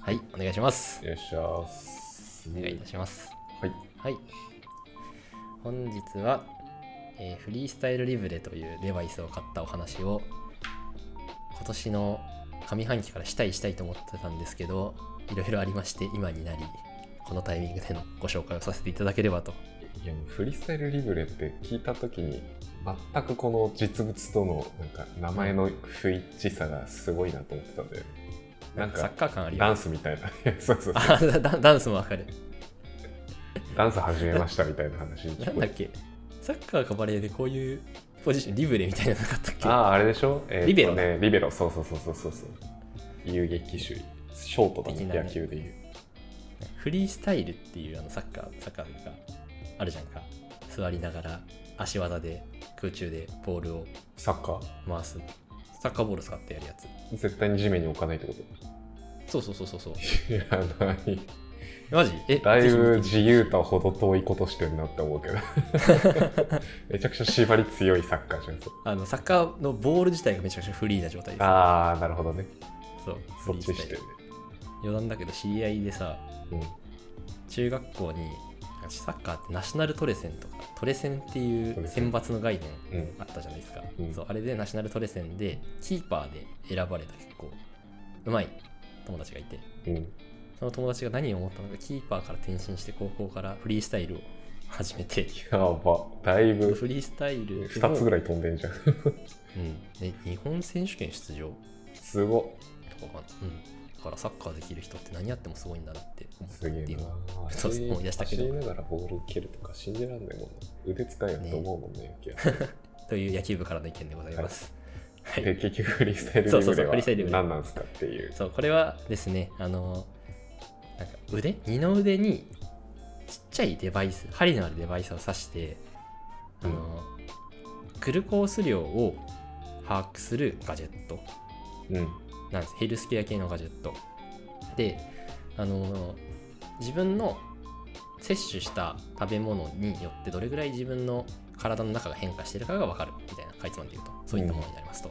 はい、お願いします。よっしゃーす。お願いいたします。はい。はい。本日は、えーフリースタイルリブレというデバイスを買ったお話を今年の上半期からしたいしたいと思ってたんですけどいろいろありまして今になりこのタイミングでのご紹介をさせていただければといや、もうフリースタイルリブレって聞いたときに、全くこの実物とのなんか名前の不一致さがすごいなと思ってたんで、なんサッカかー感ありダまンすスみたいな、い やそうそうそうあダ ダンスもわかるダンス始めましたみたいな話に な聞んこだえ。ってけサッカーかバレーでこういうポジションリブレみたいなのなかったっけああ、あれでしょ、えーっとリベロね。リベロ、そうそうそうそうそうそう。遊撃手、ショートだね、的なね野球でいう。フリースタイルっていうあのサッカーサッカーというかあるじゃんか座りながら足技で空中でボールをサッカー回すサッカーボール使ってやるやつ絶対に地面に置かないってこそうそうそうそうそうと いや、ない。マジえだいぶぜひ自由とは程遠いことしてるなって 思うけどめちゃくちゃ縛り強いサッカーじゃんそれあのサッカーのボール自体がめちゃくちゃフリーな状態ですああなるほどねそうそっちしてフリースタイル余談だけど知り合いでさうん中学校にサッカーってナショナルトレセンとかトレセンっていう選抜の概念うんあったじゃないですか、うんそうあれでナショナルトレセンでキーパーで選ばれた結構うまい友達がいてうんその友達が何を思ったのかキーパーから転身して高校からフリースタイルを始めてやばだいぶフリースタイル2つぐらい、らい飛んでんじゃんうん、で日本選手権出場すごとかかな、うん、だからサッカーできる人って何やってもすごいんだなって思っったってすげいえうのはなそうそう思い出したけど走りながらボール蹴るとか信じらんないもんな腕使えよと思うもん ね野球という野球部からの意見でございます、はいで結局フリースタイルそうリそうブそうレフリースタイルリブレは何なんですかっていうそうこれはですねあのなんか腕二の腕にちっちゃいデバイス針のあるデバイスを刺してあの、グルコース量を把握するガジェットうんなんですヘルスケア系のガジェットであの自分の摂取した食べ物によってどれぐらい自分の体の中が変化してるかが分かるみたいなかいつまんで言うとそういったものになりますと、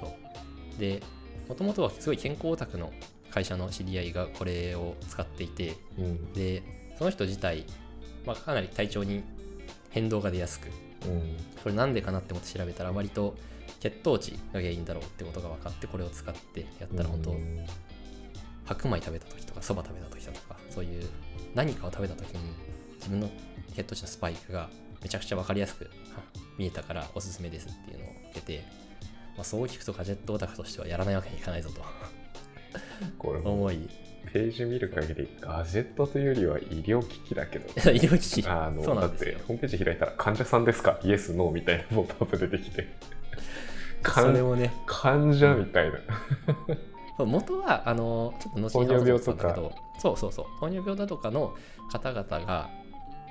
そうでもともとはすごい健康オタクの会社の知り合いがこれを使っていてうんでその人自体、まあ、かなり体調に変動が出やすくうんこれなんでかなって思って調べたら割と血糖値が原因だろうってことが分かってこれを使ってやったら本当、うん白米食べた時とかそば食べた時だとかそういう何かを食べた時に自分の血糖値のスパイクがめちゃくちゃ分かりやすくは見えたからおすすめですっていうのを受けて、まあ、そう聞くとガジェットオタクとしてはやらないわけにいかないぞとこれも思い ページ見る限りガジェットというよりは医療機器だけど 医療機器あのそうなだんっですてよホームページ開いたら患者さんですかイエスノーみたいなポップアップ出て きてかそれんもね患者みたいな、そう元はあのちょっと後糖に尿話病そうとと思ったかんだけどそうそうそう糖尿病だとかの方々が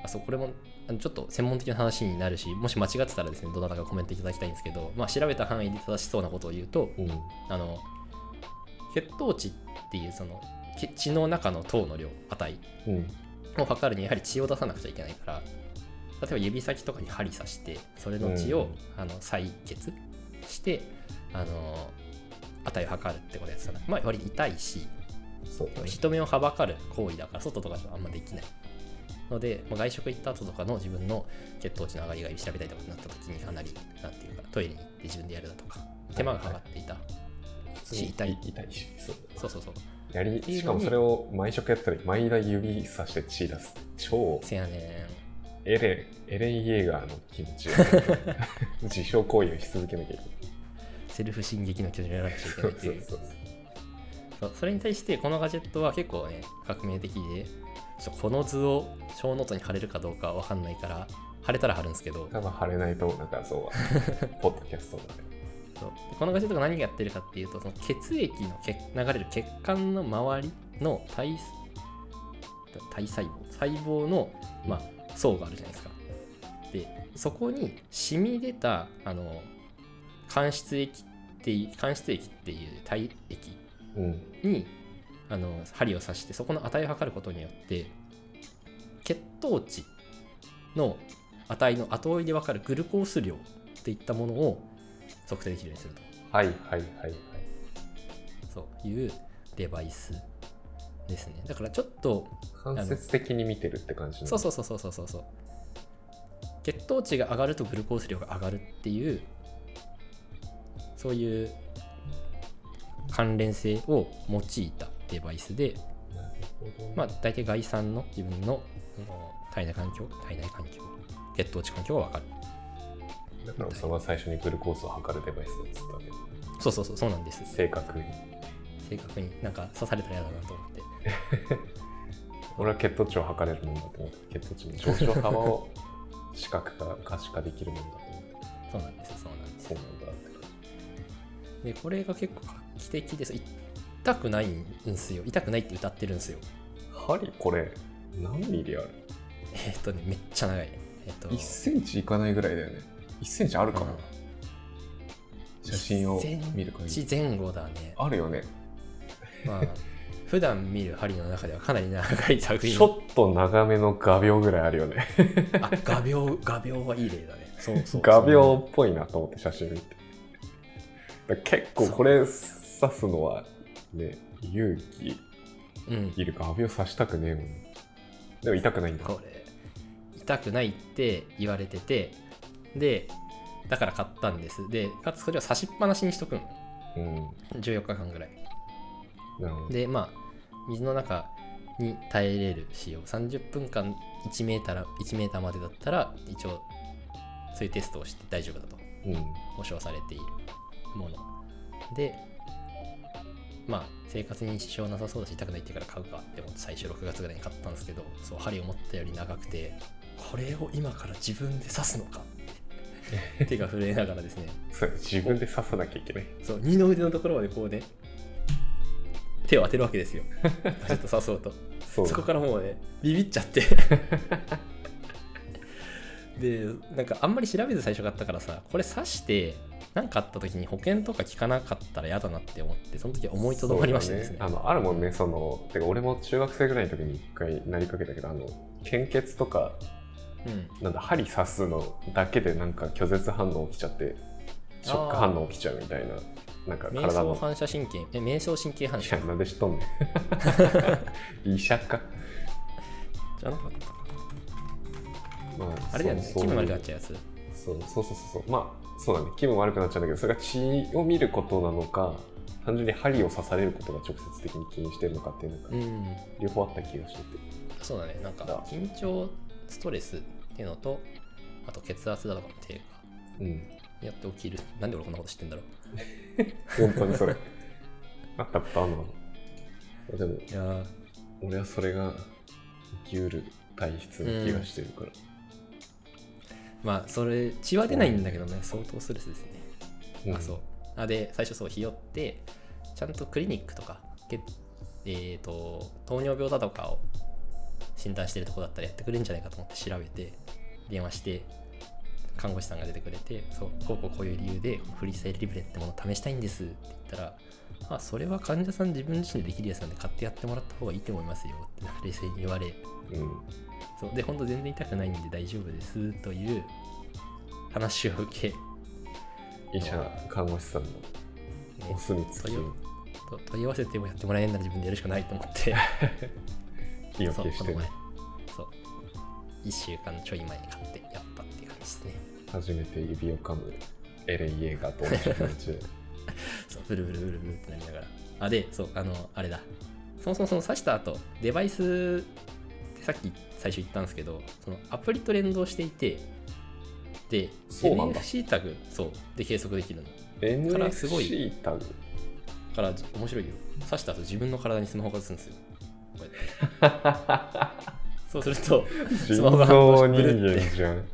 あそうこれもあのちょっと専門的な話になるしもし間違ってたらですねどなたかコメントいただきたいんですけど、まあ、調べた範囲で正しそうなことを言うとうんあの血糖値っていうその血血の中の糖の量値うんを測るにはやはり血を出さなくちゃいけないから例えば指先とかに針刺してそれの血を、あの採血してあの値を測るってことやってたらまあ割り痛いしそうだね人目をはばかる行為だから外とかではあんまできないので、まあ、外食行った後とかの自分の血糖値の上がりが調べたいとかになった時にかなりなんていうかトイレに行って自分でやるだとか手間がかかっていた、普通に痛い痛いしそうそうそうそうやりいうのにしかもそれを毎食やったり毎回指さして血出す超せやねんエレンエレン・イエーガーの気持ち 自傷行為をし続けなきゃいけないセルフ進撃の巨人をやらなくちゃいけそないうってそいううそうそうそれに対してこのガジェットは結構ね革命的でちょっとこの図を小ノートに貼れるかどうかわかんないから貼れたら貼るんですけど多分腫れないと思うなんかそうは ポッドキャストだねそうでこのガジェットが何がやってるかっていうとその血液の血流れる血管の周りの体す体細胞細胞の、まあ、層があるじゃないですかでそこに染み出たあの間質液っていう間質液っていう体液うんにあの針を刺してそこの値を測ることによって血糖値の値の後追いで分かるグルコース量っていったものを測定できるようにするとはいはいはいはいそういうデバイスですねだからちょっと間接的に見てるって感じなのそうそうそうそうそうそうそう血糖値が上がるとグルコース量が上がるっていうそういう関連性を用いたデバイスでなるほどねまあ、大体概算の自分のその体内環境、体内環境、血糖値環境が分かる。だからその最初にグルコースを測るデバイスだっつったわけどそうそうそう、そうなんです。正確に正確に、なんか刺されたら嫌だなと思って。俺は血糖値を測れるもんだと思って血糖値の上昇幅を視覚化可視化できるもんだと思ってそうなんですよ、そうなんですそうなんだってで、これが結構画期的です。痛くないんですよ。痛くないって歌ってるんですよ。針これ何ミリあるえーっとね、めっちゃ長い。えーっと、 1センチいかないぐらいだよね1センチあるかな、うん写真を見1セる限ンりチ前後だね。あるよねまあ、普段見る針の中ではかなり長い作ち品。ょっと長めの画鋲ぐらいあるよねあ、画鋲、画鋲はいい例だね。そうそう。画鋲っぽいなと思って写真見てだから結構これ刺すのはね勇気そう。うん。いる画鋲刺したくねえもんでも痛くないんだこれ痛くないって言われててでだから買ったんですでかつそれを差しっぱなしにしとくんうん14日間ぐらいなるほどでまあ水の中に耐えれる仕様30分間1メーターら1メーターまでだったら一応そういうテストをして大丈夫だとうん保証されているものでまあ生活に支障なさそうだし痛くないって言うから買うかって思って最初6月ぐらいに買ったんですけどそう針を持ったより長くてこれを今から自分で刺すのかって手が震えながらですねそれ自分で刺さなきゃいけないそう二の腕のところまでこうね手を当てるわけですよガシッと刺そうとそうそこからもうねビビっちゃって でなんかあんまり調べず最初買ったからさこれ刺して何かあった時に保険とか聞かなかったら嫌だなって思ってその時思いとどまりましたですねそうだあのあるもんねそのてか俺も中学生ぐらいの時に一回なりかけたけどあの献血とかうんなんだ針刺すのだけでなんか拒絶反応起きちゃってショック反応起きちゃうみたいななんか瞑体想の反射神経え瞑想神経反い射や、なんで知っとんね ん。医者か。じゃなかったかなまあれだよねそう気分悪くなそうっちゃうやつそうそうそうそう。まあ、そうだね。気分悪くなっちゃうんだけど、それが血を見ることなのか、単純に針を刺されることが直接的に気にしてるのかっていうのうが、ん両方あった気がしてて。そうだねなんかだ緊張ストレスっていうのとあと血圧だとかの低下うん。 によって起きるなんで俺こんなこと知ってんだろう本当にそれ。あったことあんのでも、いやー俺はそれが起きうる体質な気がしてるから。まあそれ血は出ないんだけどね相当ストレスですねんあそうあで最初そうひよってちゃんとクリニックとかけえー、と糖尿病だとかを診断してるとこだったらやってくれるんじゃないかと思って調べて電話して看護師さんが出てくれてそうこうこうこういう理由でこのフリースタイルリブレってものを試したいんですって言ったらあそれは患者さん自分自身でできるやつなんで買ってやってもらった方がいいと思いますよってなんか冷静に言われうん。そうで本当全然痛くないんで大丈夫ですという話を受け医者、看護師さんのお墨付きをと問い合わせてもやってもらえんなら自分でやるしかないと思って 言いそう訳しこてのね前そう1週間ちょい前に買ってやったっていう感じですね初めて指を噛むエレン・イエーガーと同じ気持ち でそうブルブルブルブルってなりながらあでそうあのあれだそもそもその刺した後デバイスってさっき最初言ったんですけどそのアプリと連動していてでそうなんだ NFC タグそうで計測できるのだらすごい NFC タグから面白いよ刺した後自分の体にスマホが映すんですよこうやって そうするとス人マホが反応造して人ブルって間じゃ ん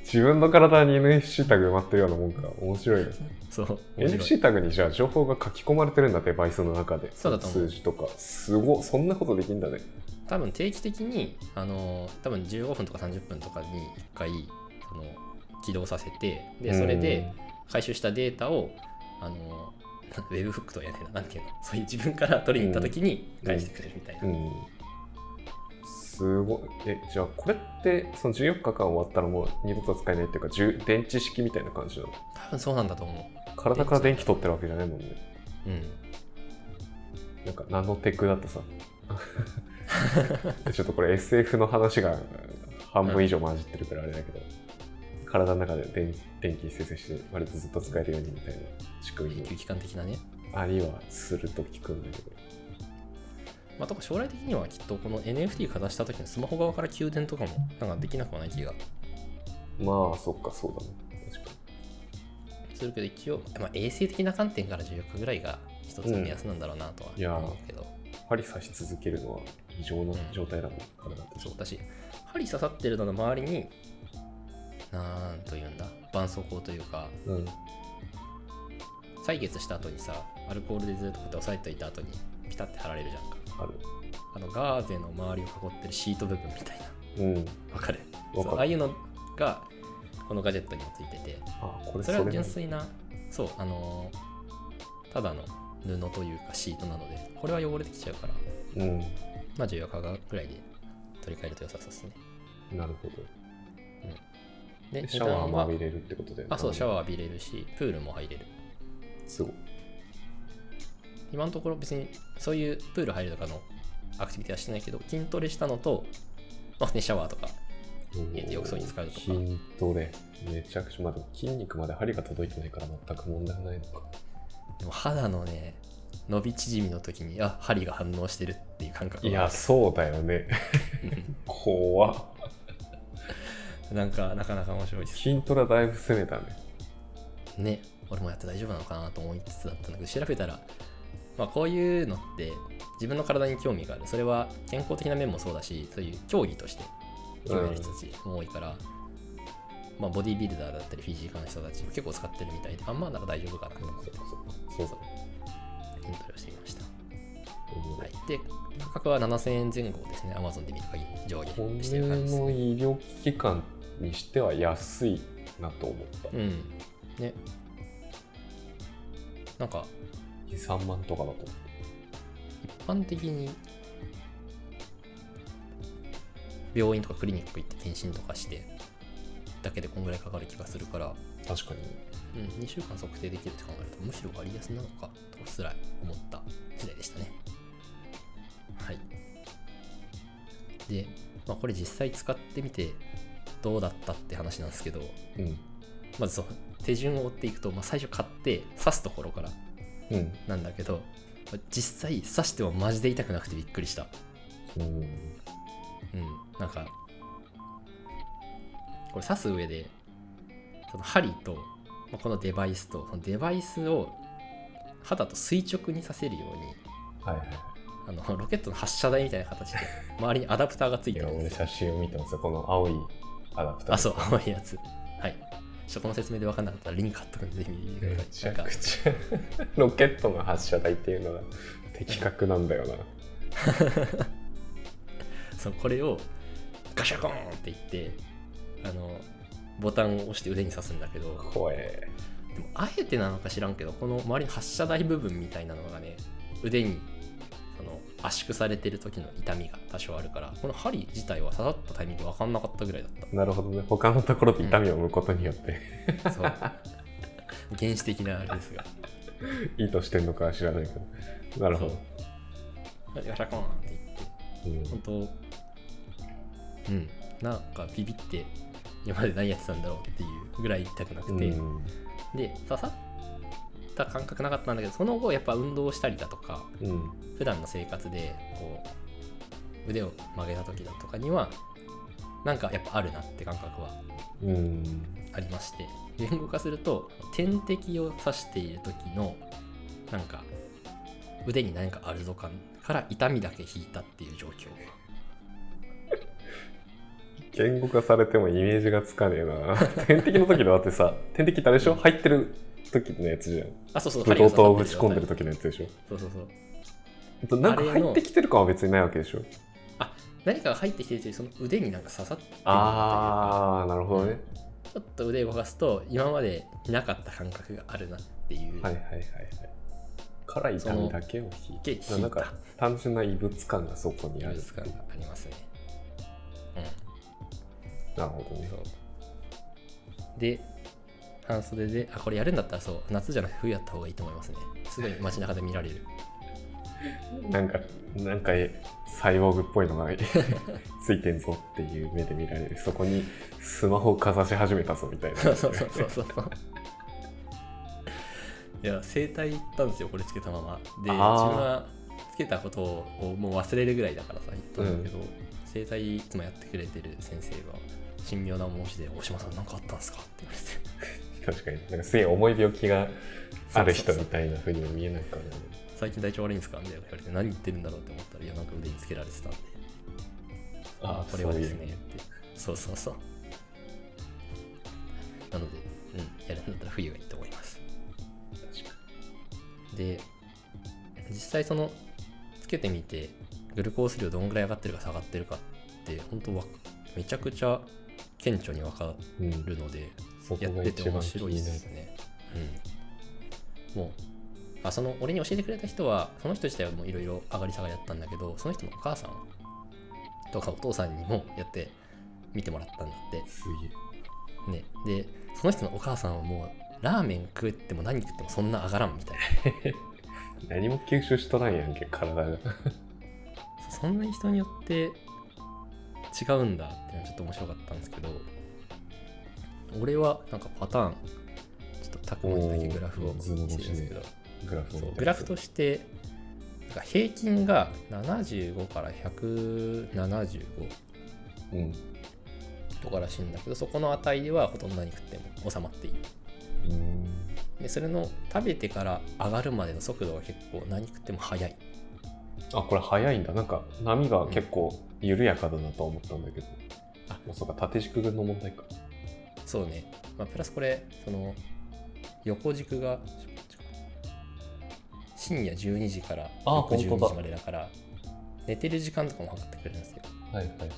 自分の体に NFC タグ埋まってるようなもんか面白いねそう面白い NFC タグにじゃあ情報が書き込まれてるんだデバイスの中でそうだと思う数字とかすごいそんなことできんだね多分定期的にあの多分15分とか30分とかに1回その起動させてでそれで回収したデータをあの ウェブフックとはやねえななんていうのそういう自分から取りに行った時に返してくれるみたいな、うん、うんすごいえじゃあこれってその14日間終わったらもう二度と使えないっていうか充電池式みたいな感じなの多分そうなんだと思体から電気取ってるわけじゃないもんねううん なんかナノテクだとさちょっとこれ SF の話が半分以上混じってるからあれだけど、体の中で電電気生成して割とずっと使えるようにみたいな仕組み永も久期間的なね、ありはすると聞くんだけどまあ、とか将来的にはきっとこの NFT かざした時のスマホ側から給電とかもなんかできなくはない気がまあそっかそうだね確かするけど一応、まあ、衛生的な観点から14日ぐらにが一つの目安なんだろうなとは思うけど、に針刺し続けるのは異常な状態だもん、体ってそうだし針刺さってるのの周りになんというんだ絆創膏というかうん採血した後にさアルコールでずっとこうやって押さえといた後にピタッて貼られるじゃんかあるあのガーゼの周りを囲ってるシート部分みたいなうんわかるそわうかああるいうのがこのガジェットにもついててあこれそそれれは純粋なそうあのーただの布というかシートなのでこれは汚れてきちゃうからうんまあ14日ぐらいで取り替えると良さそうですねなるほどででシャワーも値段は浴びれるってことだよねあそうシャーワー浴びれるしプールも入れるすごい今のところ別にそういうプール入るとかのアクティビティはしてないけど筋トレしたのと、まあね、シャワーとか家で浴槽に使うとか筋トレめちゃくちゃまだ筋肉まで針が届いてないから全く問題ないのかでも肌のね伸び縮みの時にあ針が反応してるっていう感覚がいやそうだよ ね怖っなんかなかなか面白いです筋トレはだいぶ攻めたねね俺もやって大丈夫なのかなと思いつつだったんだけど調べたらまあこういうのって自分の体に興味があるそれは健康的な面もそうだしそういう競技として興味ある人たちも多いから、まあ、ボディービルダーだったりフィジーカーの人たちも結構使ってるみたいであんまなら大丈夫かなと思ってそうそう筋トレをしていました、うんはい、で価格は7000円前後ですね Amazon で見る限り上下これしてる感じですの医療機関にしては安いなと思ったうんねなんか23万とかだと一般的に病院とかクリニック行って検診とかしてだけでこんぐらいかかる気がするから、確かにうん、2週間測定できるって考えるとむしろ割安なのかとすら思った次第でしたねはいで、まあ、これ実際使ってみてどうだったって話なんですけどうんまずそう手順を追っていくと、まあ、最初買って刺すところからうんなんだけど実際刺してもマジで痛くなくてびっくりしたうんうん、なんかこれ刺す上でその針と、まあこのデバイスとそのデバイスを肌と垂直にさせるようにはいはいあのロケットの発射台みたいな形で周りにアダプターがついいてやるん俺ですよ写真を見たんですよこの青いアダプターあそう青いやつはいちょっとこの説明で分かんなかったらリンク貼っとくんでぜひ見てくめだちさゃいなんかくちゃロケットの発射台っていうのが的確なんだよなそうこれをガシャコーンっていってあのボタンを押して腕に刺すんだけど怖えでもあえてなのか知らんけどこの周りの発射台部分みたいなのがね腕にその圧縮されてる時の痛みが多少あるからこの針自体は刺さったタイミング分かんなかったぐらいだっなるほどね他のところで痛みを生むことによって、た そう原始的なあれですが意図してんのかは知らないけどなるほどガシャコーンって言ってうん本当うんなんかビビって今まで何やってたんだろうっていうぐらい痛くなくて、うんで刺さった感覚なかったんだけどその後やっぱ運動したりだとかうん普段の生活でこう腕を曲げた時だとかにはなんかやっぱあるなって感覚はうんありまして言語化すると点滴を刺している時のなんか腕に何かあるぞ感から痛みだけ引いたっていう状況言語化されてもイメージがつかねえな 点滴の時だってさ点滴ってあれでしょ入ってる時のやつじゃんあそうそうブドウ糖をぶち込ん針でが刺さっる時のやつでしょてる状態そうそうそうえっとなんかあれの入ってきてる感は別にないわけでしょ何かが入ってきてるというその腕になんか刺さってるというかああなるほどね、ちょっと腕を動かすと今までなかった感覚があるなっていう、はいはいはいはい。から痛みだけを引いて、そのなんか単純な異物感がそこにあ優る。越感がありますねうんなるほどねそ。うで半 袖であこれやるんだったらそう夏じゃなくて冬やった方がいいと思いますねすごい街中で見られるなんかなんかサイボーグっぽいのが ついてんぞっていう目で見られるそこにスマホをかざし始めたぞみたい なそうそうそうそうそういや整体行ったんですよこれつけたままで自あ分ーはつけたことをもう忘れるぐらいだからさ言ったんだけど、整体いつもやってくれてる先生が神妙な申しで「大島さん何かあったんですか?」って言われて確かになんかすげえ重い病気がある人みたいなふうには見えないからね「最近体調悪いんですか?」みたいな言われて何言ってるんだろうって思ったら「いやなんか腕につけられてたんであこれはですね」ってそうそうそうなので、うん、やるんだったら冬がいいと思いますそういう確かで実際そのつけてみてグルコース量どんぐらい上がってるか下がってるかって本当わめちゃくちゃ顕著に分かにうんるのでそやこっがてて一面番白気いでになるすね、うん、もうあその俺に教えてくれた人はその人自体はもういろいろ上がり下がりだったんだけどその人のお母さんとかお父さんにもやって見てもらったんだってすげえね、でその人のお母さんはもうラーメン食っても何食ってもそんな上がらんみたいな 何も吸収しとらんやんけ 体がそんなに人によって違うんだっていうのはちょっと面白かったんですけど俺はなんかパターンちょっとタクマにだけグラフをお見ーせるんですけど、グラフそをう見たグラフとしてなんか平均が75から175うんとからしいんだけどそこの値ではほとんど何食っても収まっているうんでそれの食べてから上がるまでの速度が結構何食っても速いあこれ早いんだなんか波が結構緩やかだなと思ったんだけど、ああそうか縦軸の問題かそうね、まあ、プラスこれその横軸が深夜12時からあ翌本当12だ時までだから寝てる時間とかも測ってくれるんですよはいはいはい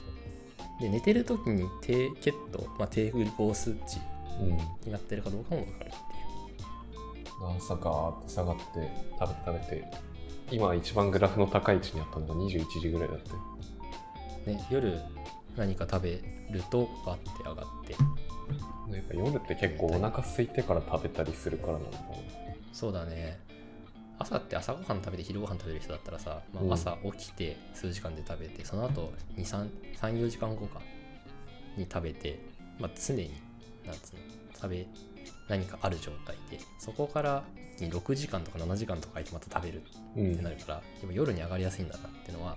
で寝てる時に低血糖、まあ、低グルコース値うんになってるかどうかも分かるっていう朝かーって下がって食べ食べて今一番グラフの高い位置にあったのが21時ぐらいだってね、夜何か食べるとバッて上がってやっぱ夜って結構お腹空いてから食べたりするからなのかそうだね朝って朝ごはん食べて昼ごはん食べる人だったらさ、まうんあ、朝起きて数時間で食べて、その後2 3 34時間後かに食べて、まあ、常になんつうの食べ何かある状態でそこからに6時間とか7時間とか空いてまた食べるっな、うんてなるから、やっぱ夜に上がりやすいんだなってのは、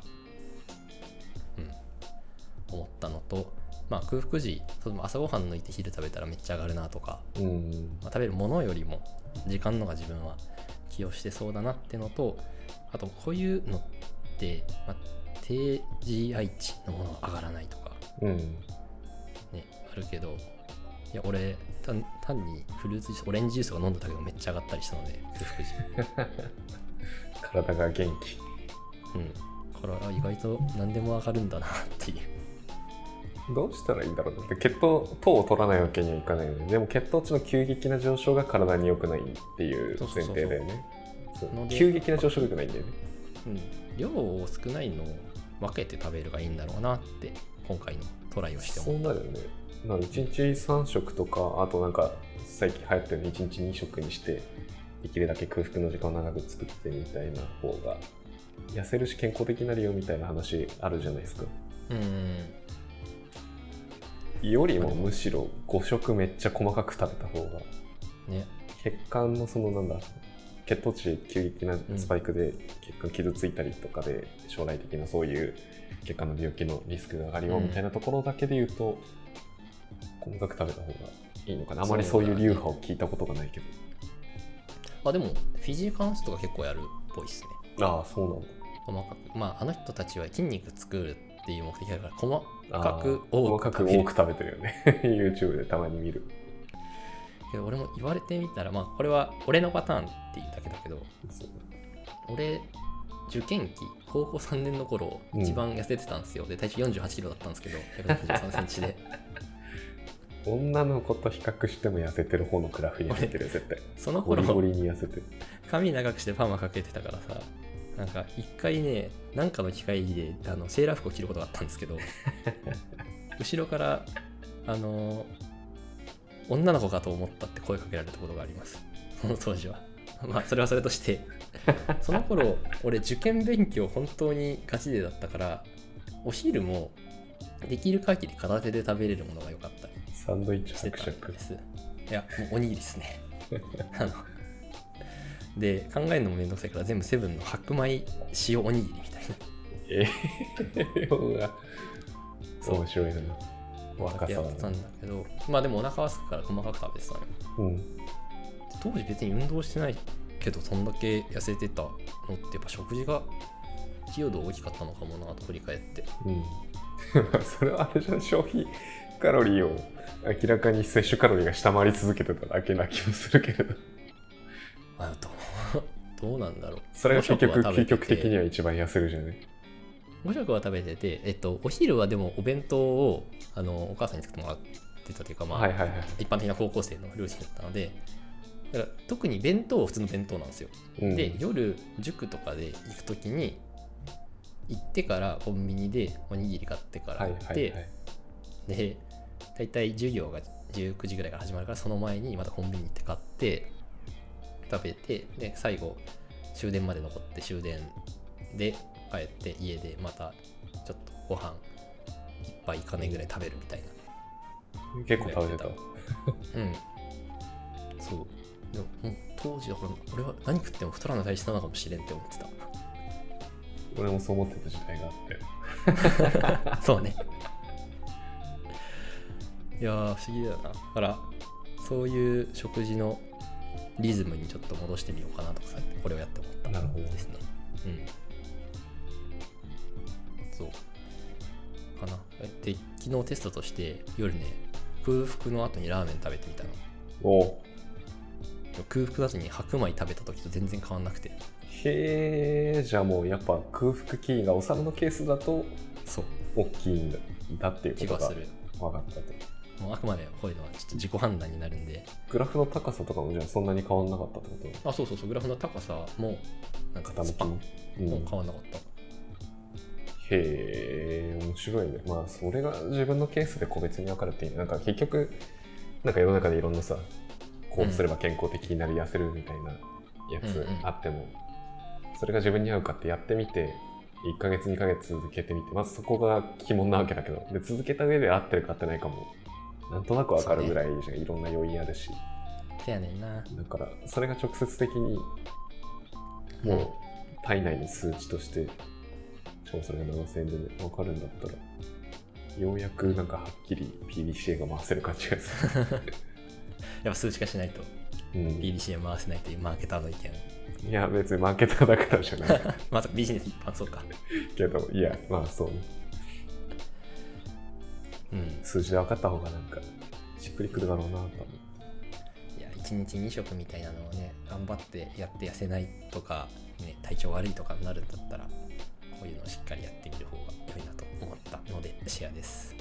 うん、思ったのと、まあ、空腹時その朝ごはん抜いて昼食べたらめっちゃ上がるなとかうんまあ食べるものよりも時間のが自分は寄与してそうだなってのとあとこういうのって、まあ、低 GI 値のものが上がらないとかうんねあるけどいや俺単単にフルーツジュースオレンジジュースを飲んだだけでもめっちゃ上がったりしたので空腹時体が元気うんこれは意外と何でも上がるんだなっていうどうしたらいいんだろうって血糖糖を取らないわけにはいかないよねでも血糖値の急激な上昇が体に良くないっていうそうそう前そう提だよねそうので急激な上昇が良くないんだよねうん、量を少ないのを分けて食べるがいいんだろうなって今回のトライをしてそうもなるよねなんか1日3食とかあとなんか最近流行ってるの1日2食にしてできるだけ空腹の時間を長く作ってみたいな方が痩せるし健康的になるよみたいな話あるじゃないですかうんよりもむしろ5食めっちゃ細かく食べた方がね血管のそのなんだ血糖値急激なスパイクで血管傷ついたりとかで将来的なそういう血管の病気のリスクが上がるようんみたいなところだけで言うと、細かく食べた方がいいのかなあまりそういう流派を聞いたことがないけど、あでもフィジーカウンスとか結構やるっぽいっすねああそうなんだ細かくまああの人たちは筋肉作るっていう目的だから細あかあく多く細かく多く食べてるよね YouTube でたまに見るけど俺も言われてみたらまあこれは俺のパターンっていうだけだけどそう俺受験期高校3年の頃うん一番痩せてたんですよ、で体重4 8キロだったんですけ ど1 7 3ンチで女の子と比較しても痩せてる方のグラフになってるよ絶 対そのゴリゴ頃リに痩せてる髪長くしてパーマかけてたからさなんか一回ねなんかの機会であのセーラー服を着ることがあったんですけど後ろからあの女の子かと思ったって声かけられたことがありますその当時はまあそれはそれとしてその頃俺受験勉強本当にガチでだったからお昼もできる限り片手で食べれるものが良かったりサンドイッチして伯たん爵ですいやもうおにぎりです ねあので考えるのもめんどくさいから全部セブンの白米塩おにぎりみたいなええうわそう面白いな若さやだってたなんだけどまあでもお腹は空くから細かく食べてたのようん 当時別に運動してないけどそんだけ痩せてたのってやっぱ食事が費用度大きかったのかもなと振り返ってうんそれはあれじゃん消費カロリーを明らかに摂取カロリーが下回り続けてただけな気もするけれ どあ どうどうなんだろうそれが結局五食は食べ究て極て的には一番痩せるじゃない5食は食べてて、えっと、お昼はでもお弁当をあのお母さんに作ってもらってたというか、まあはいはいはい一般的な高校生の両親だったのでだから特に弁当は普通の弁当なんですよ、うんで夜塾とかで行く時に行ってからコンビニでおにぎり買ってからは行いって、はいはいで大体授業が19時ぐらいから始まるからその前にまたコンビニ行って買って食べてで最後終電まで残って終電で帰って家でまたちょっとご飯一杯いかねぐらい食べるみたい結構食べてたなうんそうでももう当時はこれ俺は何食っても太らない体質なのかもしれんって思って俺もそう思ってた時代があってた そうねいやー不思議だよなだからそういう食事のリズムにちょっと戻してみようかなとかこれをやって思ったなるほどですねうんそうかなで昨日テストとして夜ね空腹の後にラーメン食べてみたのお空腹の後に白米食べた時と全然変わんなくてへえじゃあもうやっぱ空腹キーがお皿のケースだとそう大きいんだっていう気こがとがする分かったともうあくまでこういうのはちょっと自己判断になるんでグラフの高さとかもじゃあそんなに変わんなかったってことあそうそうそうグラフの高さもなんかス傾きパンもも、う、うん変へわんなかった、え面白いねまあそれが自分のケースで個別に分かれていいねなんか結局なんか世の中でいろんなさこうすれば健康的になり痩せるみたいなやうんつうんあっても、それが自分に合うかってやってみて1ヶ月2ヶ月続けてみてまずそこが鬼門なわけだけどで続けた上で合ってるか合ってないかもなんとなく分かるぐらいじゃん、いろんな要因あるしせやねんなだからそれが直接的にもう体内の数値としてしかもそれが7000円で、ね、分かるんだったらようやくなんかはっきり PDCA が回せる感じがする、やっぱ数値化しないと うん、い BDCA 回せないというマーケターの意見や別にマーケターだからじゃないまさかビジネス一般そうかけど いやまあそうねうん数字で分かった方がなんかしっくりくるだろうなと思っていや1日2食みたいなのをね頑張ってやって痩せないとか、ね、体調悪いとかになるんだったらこういうのをしっかりやってみる方が良いなと思ったのでシェアです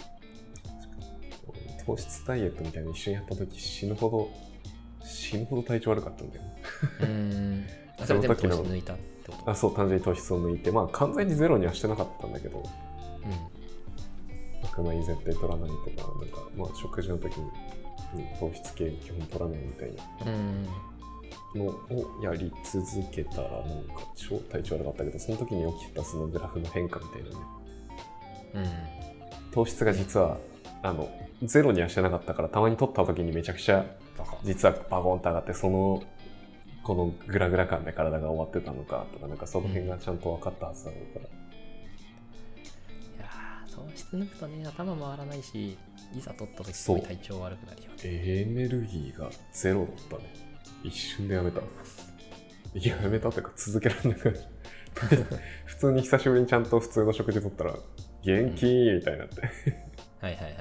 糖質ダイエットみたいなの一緒にやった時死ぬほど死ぬほど体調悪かったんだよねうーんあそれ全部糖質抜いたってことあそう単純に糖質を抜いてまあ完全にゼロにはしてなかったんだけどうん白米絶対取らないとか、なんか、まあ、食事の時にうん糖質系基本取らないみたいなうんのをやり続けたら、なんか、超体調悪かったけど、その時に起きたそのグラフの変化みたいなね、うん糖質が実は、あの、ゼロにはしてなかったから、たまに取った時にめちゃくちゃ、バカ実はバゴンと上がって、その、このグラグラ感で体が終わってたのかとか、なんかその辺がちゃんと分かったはずなのから、いやー糖質抜くとね頭回らないしいざ取った時すごい体調悪くなるよねエネルギーがゼロだったね。一瞬でやめた。いややめたっていうか続けられなくなっちゃった 普通に久しぶりにちゃんと普通の食事とったら元気みたいになって、はいはいはい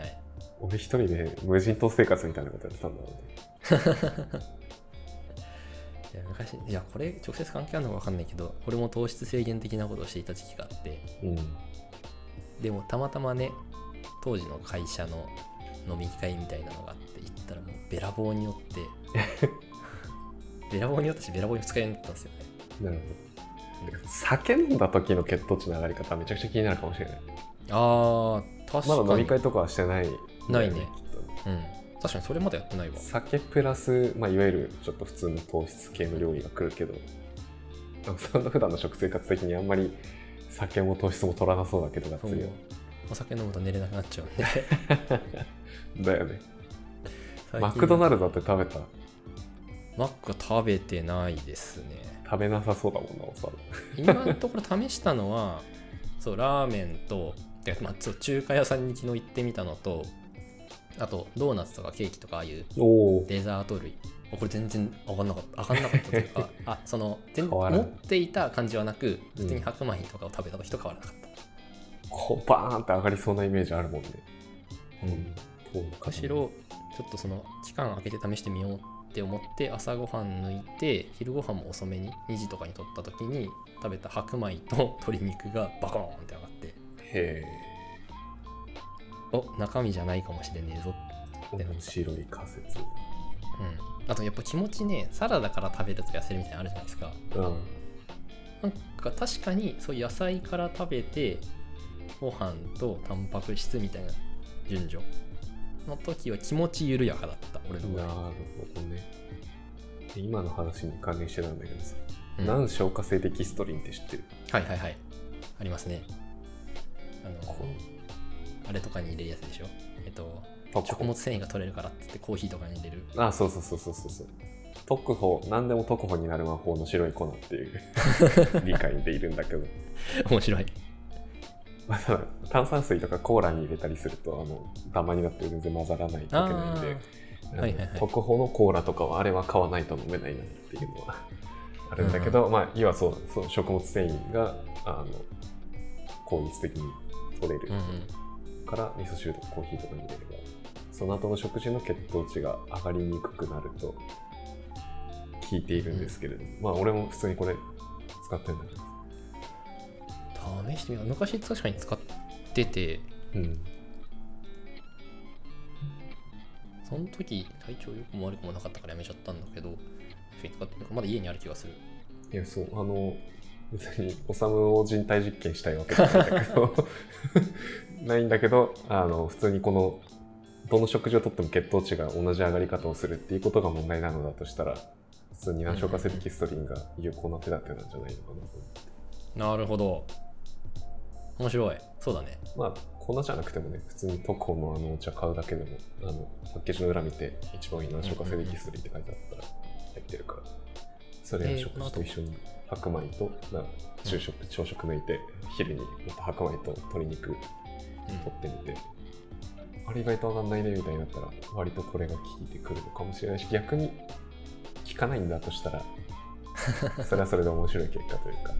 俺一人で無人島生活みたいなことやってたんだろうねいや昔いやこれ直接関係あるのか分かんないけど俺も糖質制限的なことをしていた時期があってでもたまたまね当時の会社の飲み会みたいなのがあって行ったらもうべらぼうによって べらぼうによったしべらぼうに二日酔いになったんですよねうんなるほど酒飲んだ時の血糖値の上がり方めちゃくちゃ気になるかもしれないあー確かまにだ飲み会とかはしてないんだよないねきっとねうん確かにそれまでやってないわ酒プラス、まあ、いわゆるちょっと普通の糖質系の料理が来るけどトムさんの普段の食生活的にあんまり酒も糖質も取らなそうだけどがっつそうりはお酒飲むと寝れなくなっちゃうんでだよねマクドナルルドって食べたマックは食べてないですね食べなさそうだもんなおさ今のところ試したのは そうラーメンとで、まあ、そう中華屋さんに昨日行ってみたのとあとドーナツとかケーキとかああいうおおデザート類あこれ全然上がんなかった上がんなかったという かあその全変わら持んっていた感じはなくうん普通に白米とかを食べた時と変わらなかった、こうバーンって上がりそうなイメージあるもんねうんむしろちょっとその期間空けて試してみようって思って朝ごはん抜いて昼ごはんも遅めに2時とかに取った時に食べた白米と鶏肉がバコーンって上がってへえお中身じゃないかもしれねえぞ面白い仮説うんあとやっぱ気持ちねサラダから食べると痩せるみたいなのあるじゃないですかうんなんか確かにそういう野菜から食べてご飯とタンパク質みたいな順序の時は気持ち緩やかだった俺の場なる合、ほどねで今の話に関連してなんだけどさ、うん難消化性デキストリンって知ってるはいはいはいありますねあのこのあれとかに入れるやつでしょえっと特食物繊維が取れるからっつってコーヒーとかに入 れるあそうそうそうそうそうそう特保何でも特保になる魔法の白い粉っていう 理解でいるんだけど、面白いまあ、ただ炭酸水とかコーラに入れたりするとあのダマになって全然混ざらないわけないんであのはいはいはい特保のコーラとかはあれは買わないと飲めないなっていうのは あるんだけど、まあ要はそうそう食物繊維があの効率的に取れるうんうんから、味噌汁とかコーヒーとかに入れればその後の食事の血糖値が上がりにくくなると聞いているんですけれども、まあ俺も普通にこれ使ってるんだけど、試してみよう昔確かに使っててうん、その時体調良くも悪くもなかったからやめちゃったんだけど確かに使ってみようかまだ家にある気がするいやそうあの別におさむを人体実験したいわけじゃないんだけど ないんだけどあの普通にこのどの食事をとっても血糖値が同じ上がり方をするっていうことが問題なのだとしたら普通に難消化性デキストリンが有効な手立てなんじゃないのかなと思ってなるほど。面白い。そうだね。まあ粉じゃなくてもね普通に特効のあのお茶買うだけでもあのパッケージの裏見て一番いい難消化性デキストリンって書いてあったら入ってるからそれを食事と一緒に白米とな昼食朝食抜いて昼にまた白米と鶏肉取ってみてあれ意外と上がんないねみたいになったら割とこれが効いてくるのかもしれないし逆に効かないんだとした らそれはそれで面白い結果というか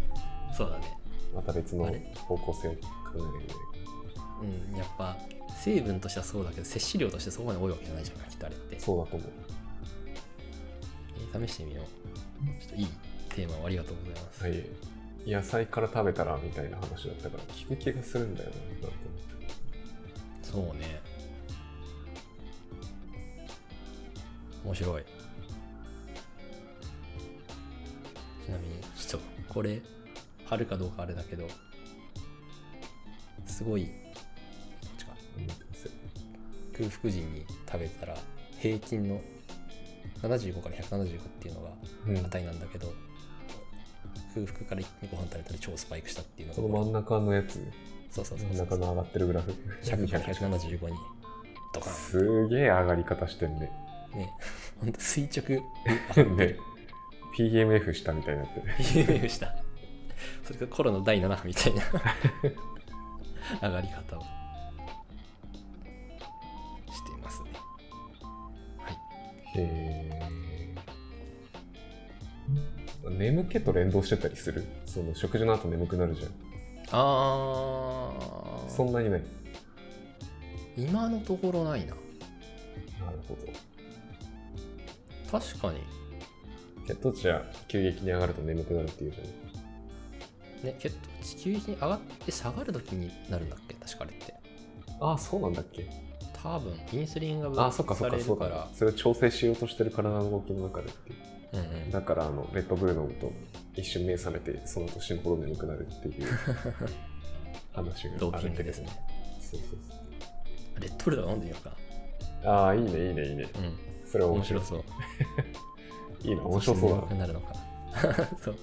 そうだね。また別のあれ方向性を考えなきゃいけないうん、やっぱ成分としてはそうだけど、摂取量としてそこまで多いわけじゃないじゃんか、きっとあれって。そうだと思うえー試してみよう。ちょっといいテーマをありがとうございます。はい、野菜から食べたらみたいな話だったから聞く気がするんだよななんかそうね。面白い。ちなみに、ちょっとこれ、貼るかどうかあれだけど、すごい、こっちか。思ってますよ空腹時に食べたら平均の75から175っていうのがうん値なんだけど、空腹から一気にご飯食べたら超スパイクしたっていうのがこの真ん中のやつそうそうそ真うんそう中の上がってるグラフ100から175にドカすげえ上がり方してん ねンねほんと垂直ね PMF したみたいになってる PMF した それがコロナ第7波みたい な上がり方をしていますねはいへえ眠気と連動してたりするその食事の後眠くなるじゃんあーそんなにない今のところないななるほど確かに血糖値が急激に上がると眠くなるっていうじゃんね血糖値急激に上がって下がるときになるんだっけ確かあれってああそうなんだっけ多分インスリンが分あ、泌そっかそさっかれそるうだかねらそれを調整しようとしてる体の動きの中でっていううんうんだからあのレッドブル飲むと一瞬目覚めてその後死ぬほど眠くなるって いう話がドあーピるングけどですねそうそうそレッドブルとか飲んでみようかうああいいねいいねいいねうんそれは面面白白そうそういいな面白そうだ眠くなるのかな そう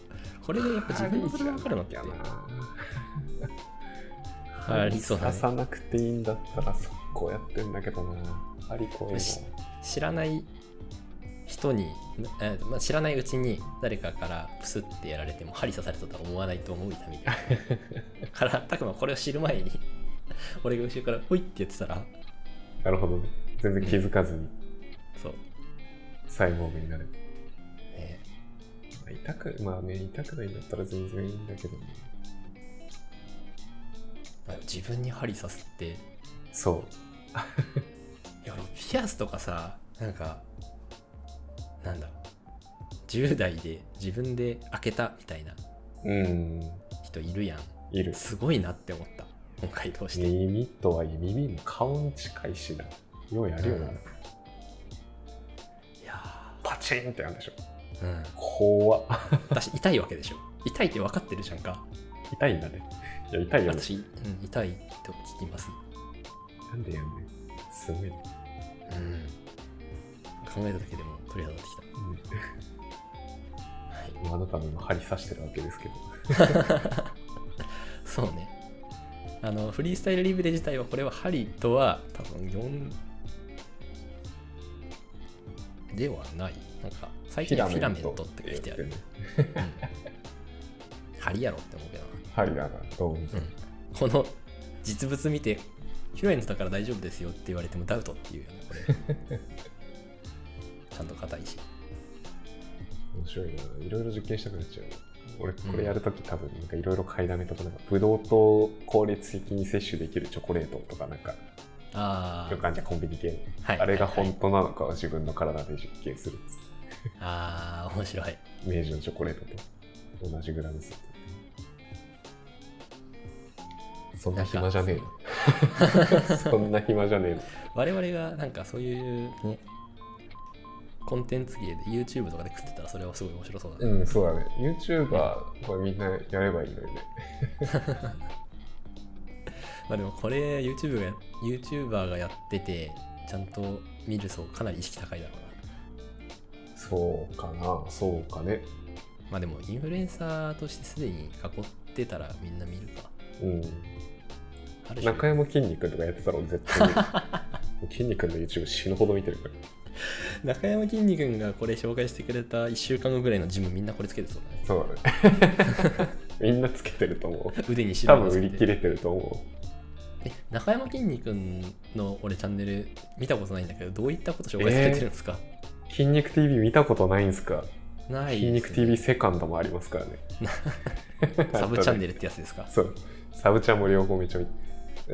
これでやっぱ自分の体が分かるのってありそうだね刺さなくていいんだったらそこやってんだけどなありこえよなし知らない人に、えーまあ、知らないうちに誰かからプスってやられても針刺されたとは思わないと思う痛 みがからたくまこれを知る前に俺が後ろから「ほい」って言ってたらなるほどね全然気づかずにそう、サイボーグになる、ね、まあ痛くまあね痛くないんだったら全然いいんだけどねまあ自分に針刺すっていそうや俺ピアスとかさなんかなんだろう10代で自分で開けたみたいなうん、人いるやんいる。すごいなって思った今回通して、耳とはいえ耳も顔に近いしな。ようやるような。んいやパチンってやるんでしょ。ーうん怖っ私痛いわけでしょ痛いって分かってるじゃんか痛いんだね。いや、痛いよね。私、うん痛いと聞きます、なんでやんねん。すごいね。うん、考えただけでも鳥肌立ってきた、はい、うん、あなたも今針刺してるわけですけど。そうねあのフリースタイルリブレ自体はこれは針とは多分4ではないなんか最近はフィラメントって書いてあるね。針やろって思うけどな針だな。どうこの実物見てヒロエンズだから大丈夫ですよって言われてもダウトっていうよねこれ ちゃんと硬いし面白いな。いろいろ実験したくなっちゃうな。俺、これやるとき多分、なんかいろいろ買いだめとか、なんか、ブドウと効率的に摂取できるチョコレートとか、なんか、ああよくあんじゃんコンビニ系の。はいあれが本当なのかは自分の体で実験するっつってああ面白い明治のチョコレートと同じグラム数そんな暇じゃねえのそんな暇じゃねえの我々がなんかそういうねコンテンツ芸で YouTube とかで食ってたらそれはすごい面白そうだね、 うんそうだね YouTuber これみんなやればいいのよねまあでもこれ YouTube が YouTuber がやっててちゃんと見る層かなり意識高いだろうなそうかなそうかねまあでもインフルエンサーとしてすでに囲ってたらみんな見るかうんある種中山きんに君とかやってたら俺絶対見る きんに君の YouTube 死ぬほど見てるから中山きんに君がこれ紹介してくれた1週間後ぐらいのジムみんなこれつけてそうだねそうだね みんなつけてると思う腕に白多いの分つ売けりて切れてると思え中山きんに君の俺チャンネル見たことないんだけどどういったこと紹介されてるんですか、う筋肉 TV 見たことないんすかない筋肉ですね TV セカンドもありますからね サブチャンネルルってやつですかそうサブチャンも両方めっちゃ見て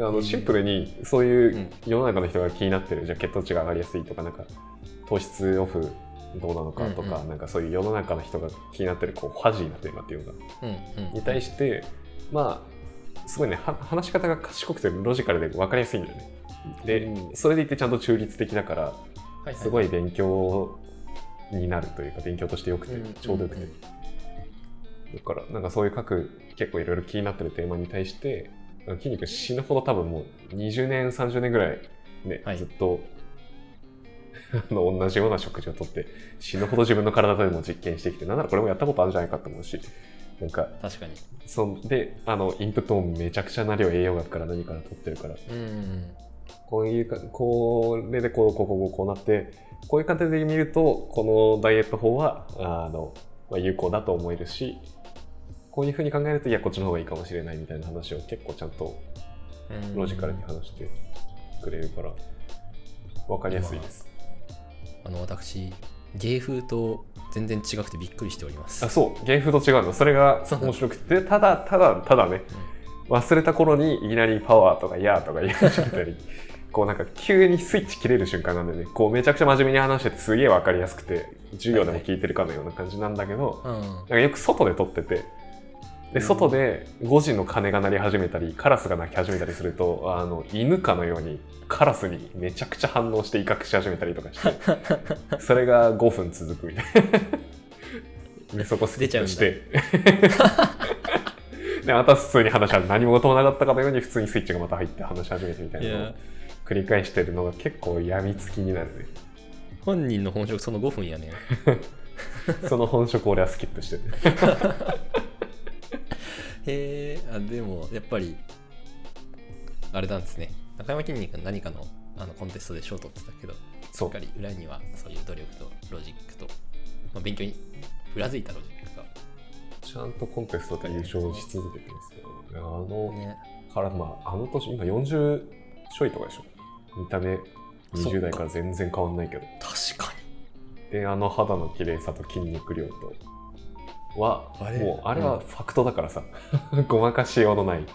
あうのんシンプルにそういううん世の中の人が気になってるじゃあ血糖値が上がりやすいとかなんか糖質オフどうなのかとか、うんうんなんかそういう世の中の人が気になってるこうファジーなテーマっていうのがうんうんに対してまあすごいねは話し方が賢くてロジカルで分かりやすいんだよねで、うそれでいてちゃんと中立的だからはいはすごい勉強になるというか勉強としてよくてうんちょうどよくて、うんうんだからなんかそういう各結構いろいろ気になってるテーマに対して筋肉死ぬほど多分もう20年30年ぐらいね、はいずっと あの同じような食事をとって死ぬほど自分の体でも実験してきてなんならこれもやったことあるんじゃないかと思うしなんか確かにそんであのインプットもめちゃくちゃな量栄養学から何から取ってるからうんうんこういうかこれでこうこうこうこうなってこういう形で見るとこのダイエット法はあの、まあ、有効だと思えるしこういうふうに考えるといやこっちの方がいいかもしれないみたいな話を結構ちゃんとうんロジカルに話してくれるから分かりやすいです、あの私芸風と全然違くてびっくりしておりますあそう芸風と違うのそれがそう面白くてただただただね忘れた頃にいきなりパワーとかヤーとか言い始め たりこうなんか急にスイッチ切れる瞬間なんでねこうめちゃくちゃ真面目に話しててすげえ分かりやすくて授業でも聞いてるかのような感じなんだけど、うん、うんなんかよく外で撮っててうんで外で5時の鐘が鳴り始めたりカラスが鳴き始めたりするとあの犬かのようにカラスにめちゃくちゃ反応して威嚇し始めたりとかし てそれが5分続くみたいなでそこスキップして でまた普通に話し始め何も事もなかったかのように普通にスイッチがまた入って話し始めてみたいいなのをや繰り返してるのが結構やみつきになるね本人の本職その5分やねその本職俺はスキップしてるへえあでもやっぱりあれなんですね中山筋肉の何かのあのコンテストで賞取ってたけどそしっかうり裏にはそういう努力とロジックと、まあ、勉強に裏付いたロジックちゃんとコンテストで優勝し続けてるんですけど、あのが、ね、から、まあ、あの年、今40ちょいとかでしょ。見た目そっか20代から全然変わんないけど。確かで、あの肌の綺麗さと筋肉量とは、あれもうあれうんはファクトだからさ、 ごまかしようのない。に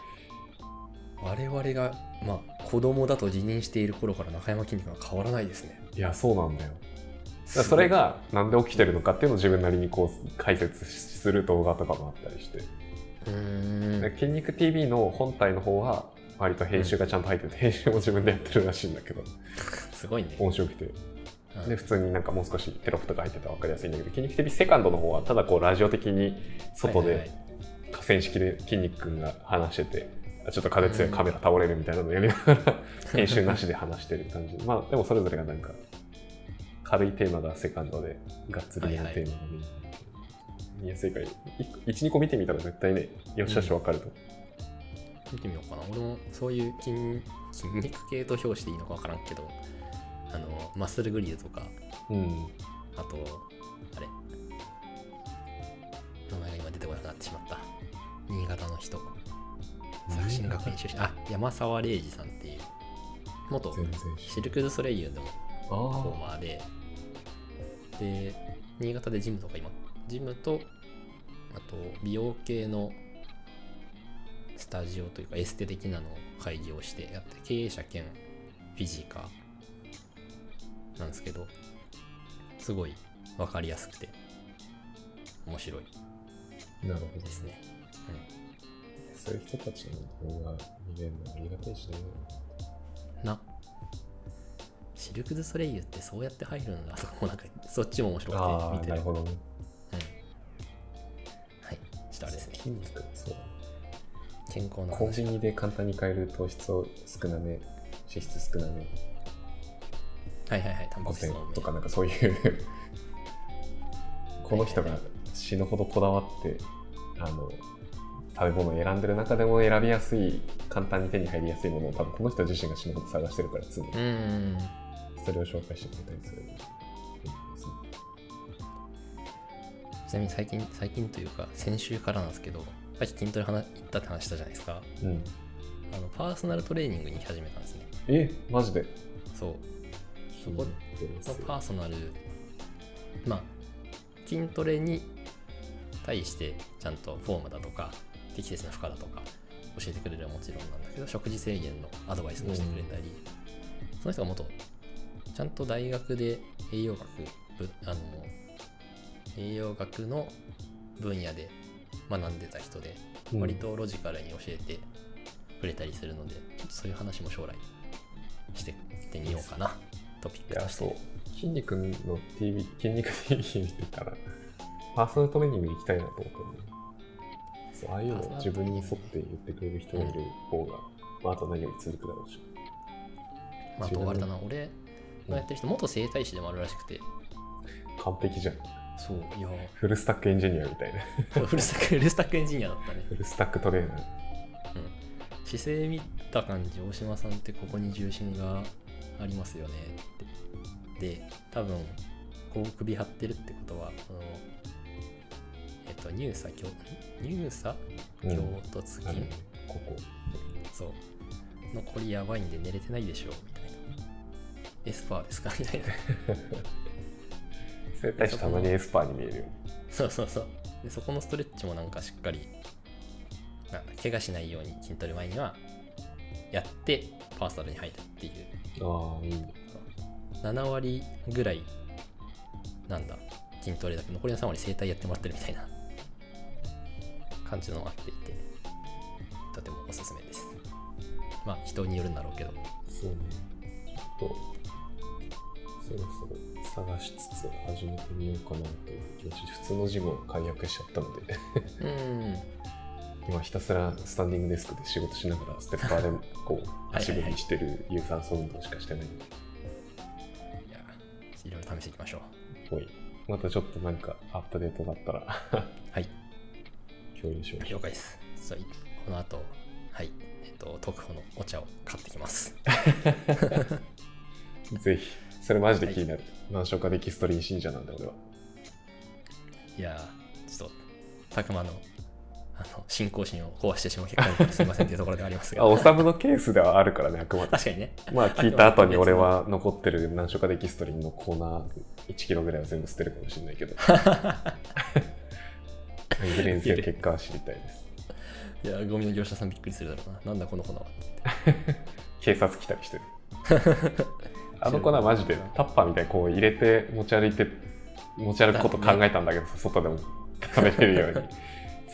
我々がまあ子供だと自認している頃から中山筋肉は変わらないですねいや、そうなんだよ。だからそれがなんで起きてるのかっていうのを自分なりにこう解説する動画とかもあったりして。うーんで筋肉 TV の本体の方は割と編集がちゃんと入ってて、編集も自分でやってるらしいんだけどすごいね、面白くてうんで普通になんかもう少しテロップとか入ってたら分かりやすいんだけど筋肉 TV セカンドの方はただこうラジオ的に外はいはいではい河川敷で筋肉くんが話しててあちょっと風強いカメラ倒れるみたいなのやりながら編集なしで話してる感じまあでもそれぞれがなんか軽いテーマがセカンドでがっつりのテーマが見見やすいから12個見てみたら絶対ねよっしゃし分かると思う見てみようかな俺もそういう筋筋肉系と表していいのか分からんけどあのマッスルグリルとかうん、あとあれ名前が今出てこなくなってしまった新潟の人作新学院出身あ山沢礼二さんっていう元全然シルク・ドゥ・ソレイユでもフォーあマーでで新潟でジムとか今ジムとあと美容系のスタジオというかエステ的なのを開業してやって経営者兼フィジカーなんですけどすごい分かりやすくて面白いあなるほどですね、うんそういう人たちの動画見れるのありがたいしねなシルク・ドゥ・ソレイユってそうやって入るんだとかもうなんかそっちも面白くてあ見あてなるるほどねうんはい、ちょっとあれですね。筋肉そう健康のコン話。ビニで簡単に買える糖質を少なめ脂質少なめはいはいはい、タンパク質多5000めとかなんかそういう この人が死ぬほどこだわってあの食べ物を選んでる中でも選びやすい簡単に手に入りやすいものを多分この人自身が死ぬほど探してるから常にうんうんうん。それを紹介してくれたりする、ちなみに最近、最近というか、先週からなんですけど、さっき筋トレ話行ったって話したじゃないですか。うん、あのパーソナルトレーニングに始めたんですね。えマジでそう。そこそのパーソナル、まあ、筋トレに対して、ちゃんとフォームだとか、適切な負荷だとか、教えてくれるのはもちろんなんだけど、食事制限のアドバイスもしてくれたり、その人が元、ちゃんと大学で栄養学ぶ、あの、栄養学の分野で学んでた人で、割とロジカルに教えてくれたりするので、ちょっとそういう話も将来してってみようかな、トピッいクやとしてそう。筋肉の TV 筋肉 TV 見てたらパーソナルトレーニング行きたいなと思ったのねそうああいうのを自分に沿って言ってくれる人がいる方が、まあ、あと何より続くだろうしまあ、あ自分とのあれだな、俺のやってる人、元整体師でもあるらしくて、完璧じゃんそう、いや、フルスタックエンジニアみたい なフルスタック、フルスタックエンジニアだったね。フルスタックトレーナー姿勢見た感じ、大島さんってここに重心がありますよねって。で、多分、こう首張ってるってことは、そのえっと、乳鎖強、乳鎖うん強突筋、あるよねここそう。残りやばいんで寝れてないでしょうみたいな。エスパーですかみたいな。整体師たまにエスパーに見えるよそうそうそう。で、そこのストレッチもなんかしっかり、なんだ、怪我しないように筋トレ前にはやって、パーソナルに入るっていう。ああいいね7割ぐらい、なんだ、筋トレだけど、残りの3割整体やってもらってるみたいな感じのもあっていて、とてもおすすめです。まあ、人によるんだろうけど。そうねちょっとそろそろ探しつつ始めてみようかなという気持ちで普通のジムを解約しちゃったのでうん。今ひたすらスタンディングデスクで仕事しながらステッパーでこうはいはいはい足踏みしてる有酸素運動しかしてないっいや、いろいろ試していきましょう。ぽいまたちょっとなんかアップデートがあったらはい、共有しましょ了解です。そういこの後はいえっと特保のお茶を買ってきますぜひそれマジで気になる、難色化でキストリーン信者なんで俺はいやーちょっとたくまのあの信仰心を壊してしまう結果にすみませんっていうところではありますが あおさむのケースではあるからねあくまで 確かにねまあ聞いた後に俺は残ってる難色化デキストリンのコーナー1キロぐらいは全部捨てるかもしれな いけどいずれにせよ結果は知りたいですいやーゴミの業者さんびっくりするだろうななんだこの粉は警察来たり してるあの粉マジでタッパーみたいにこう入れて持ち歩いて持ち歩くこと考えたんだけどさ外でも食べれるように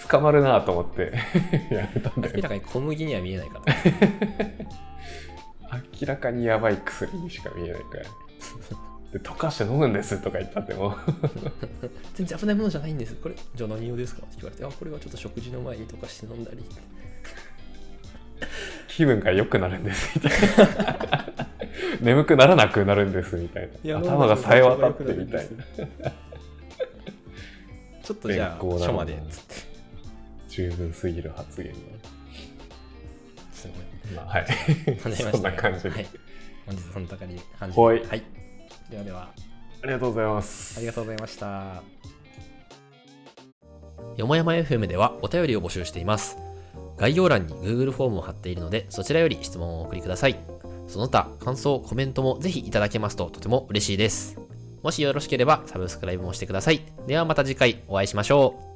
捕まるなと思って やめたんだ明よねらかに小麦には見えないからね明らかにやばい薬にしか見えないからで溶かして飲むんですとか言ったっても全然危ないものじゃないんですこれじゃあ何用ですかって言われてあこれはちょっと食事の前にとかして飲んだり気分が良くなるんですみたいな 眠くならなくなるんですみたいいなや頭がさえ渡ってみたいな ちょっとじゃ健あ康だな書までつって十分すぎる発言すごいだ、まあ、はい感じました、ね、そんな感じではい、本日はその高り感じではいはい、ではではありがとうございますありがとうございました。よもやま FM ではお便りを募集しています。概要欄に Google フォームを貼っているので、そちらより質問をお送りください。その他、感想、コメントもぜひいただけますととても嬉しいです。もしよろしければサブスクライブもしてください。ではまた次回お会いしましょう。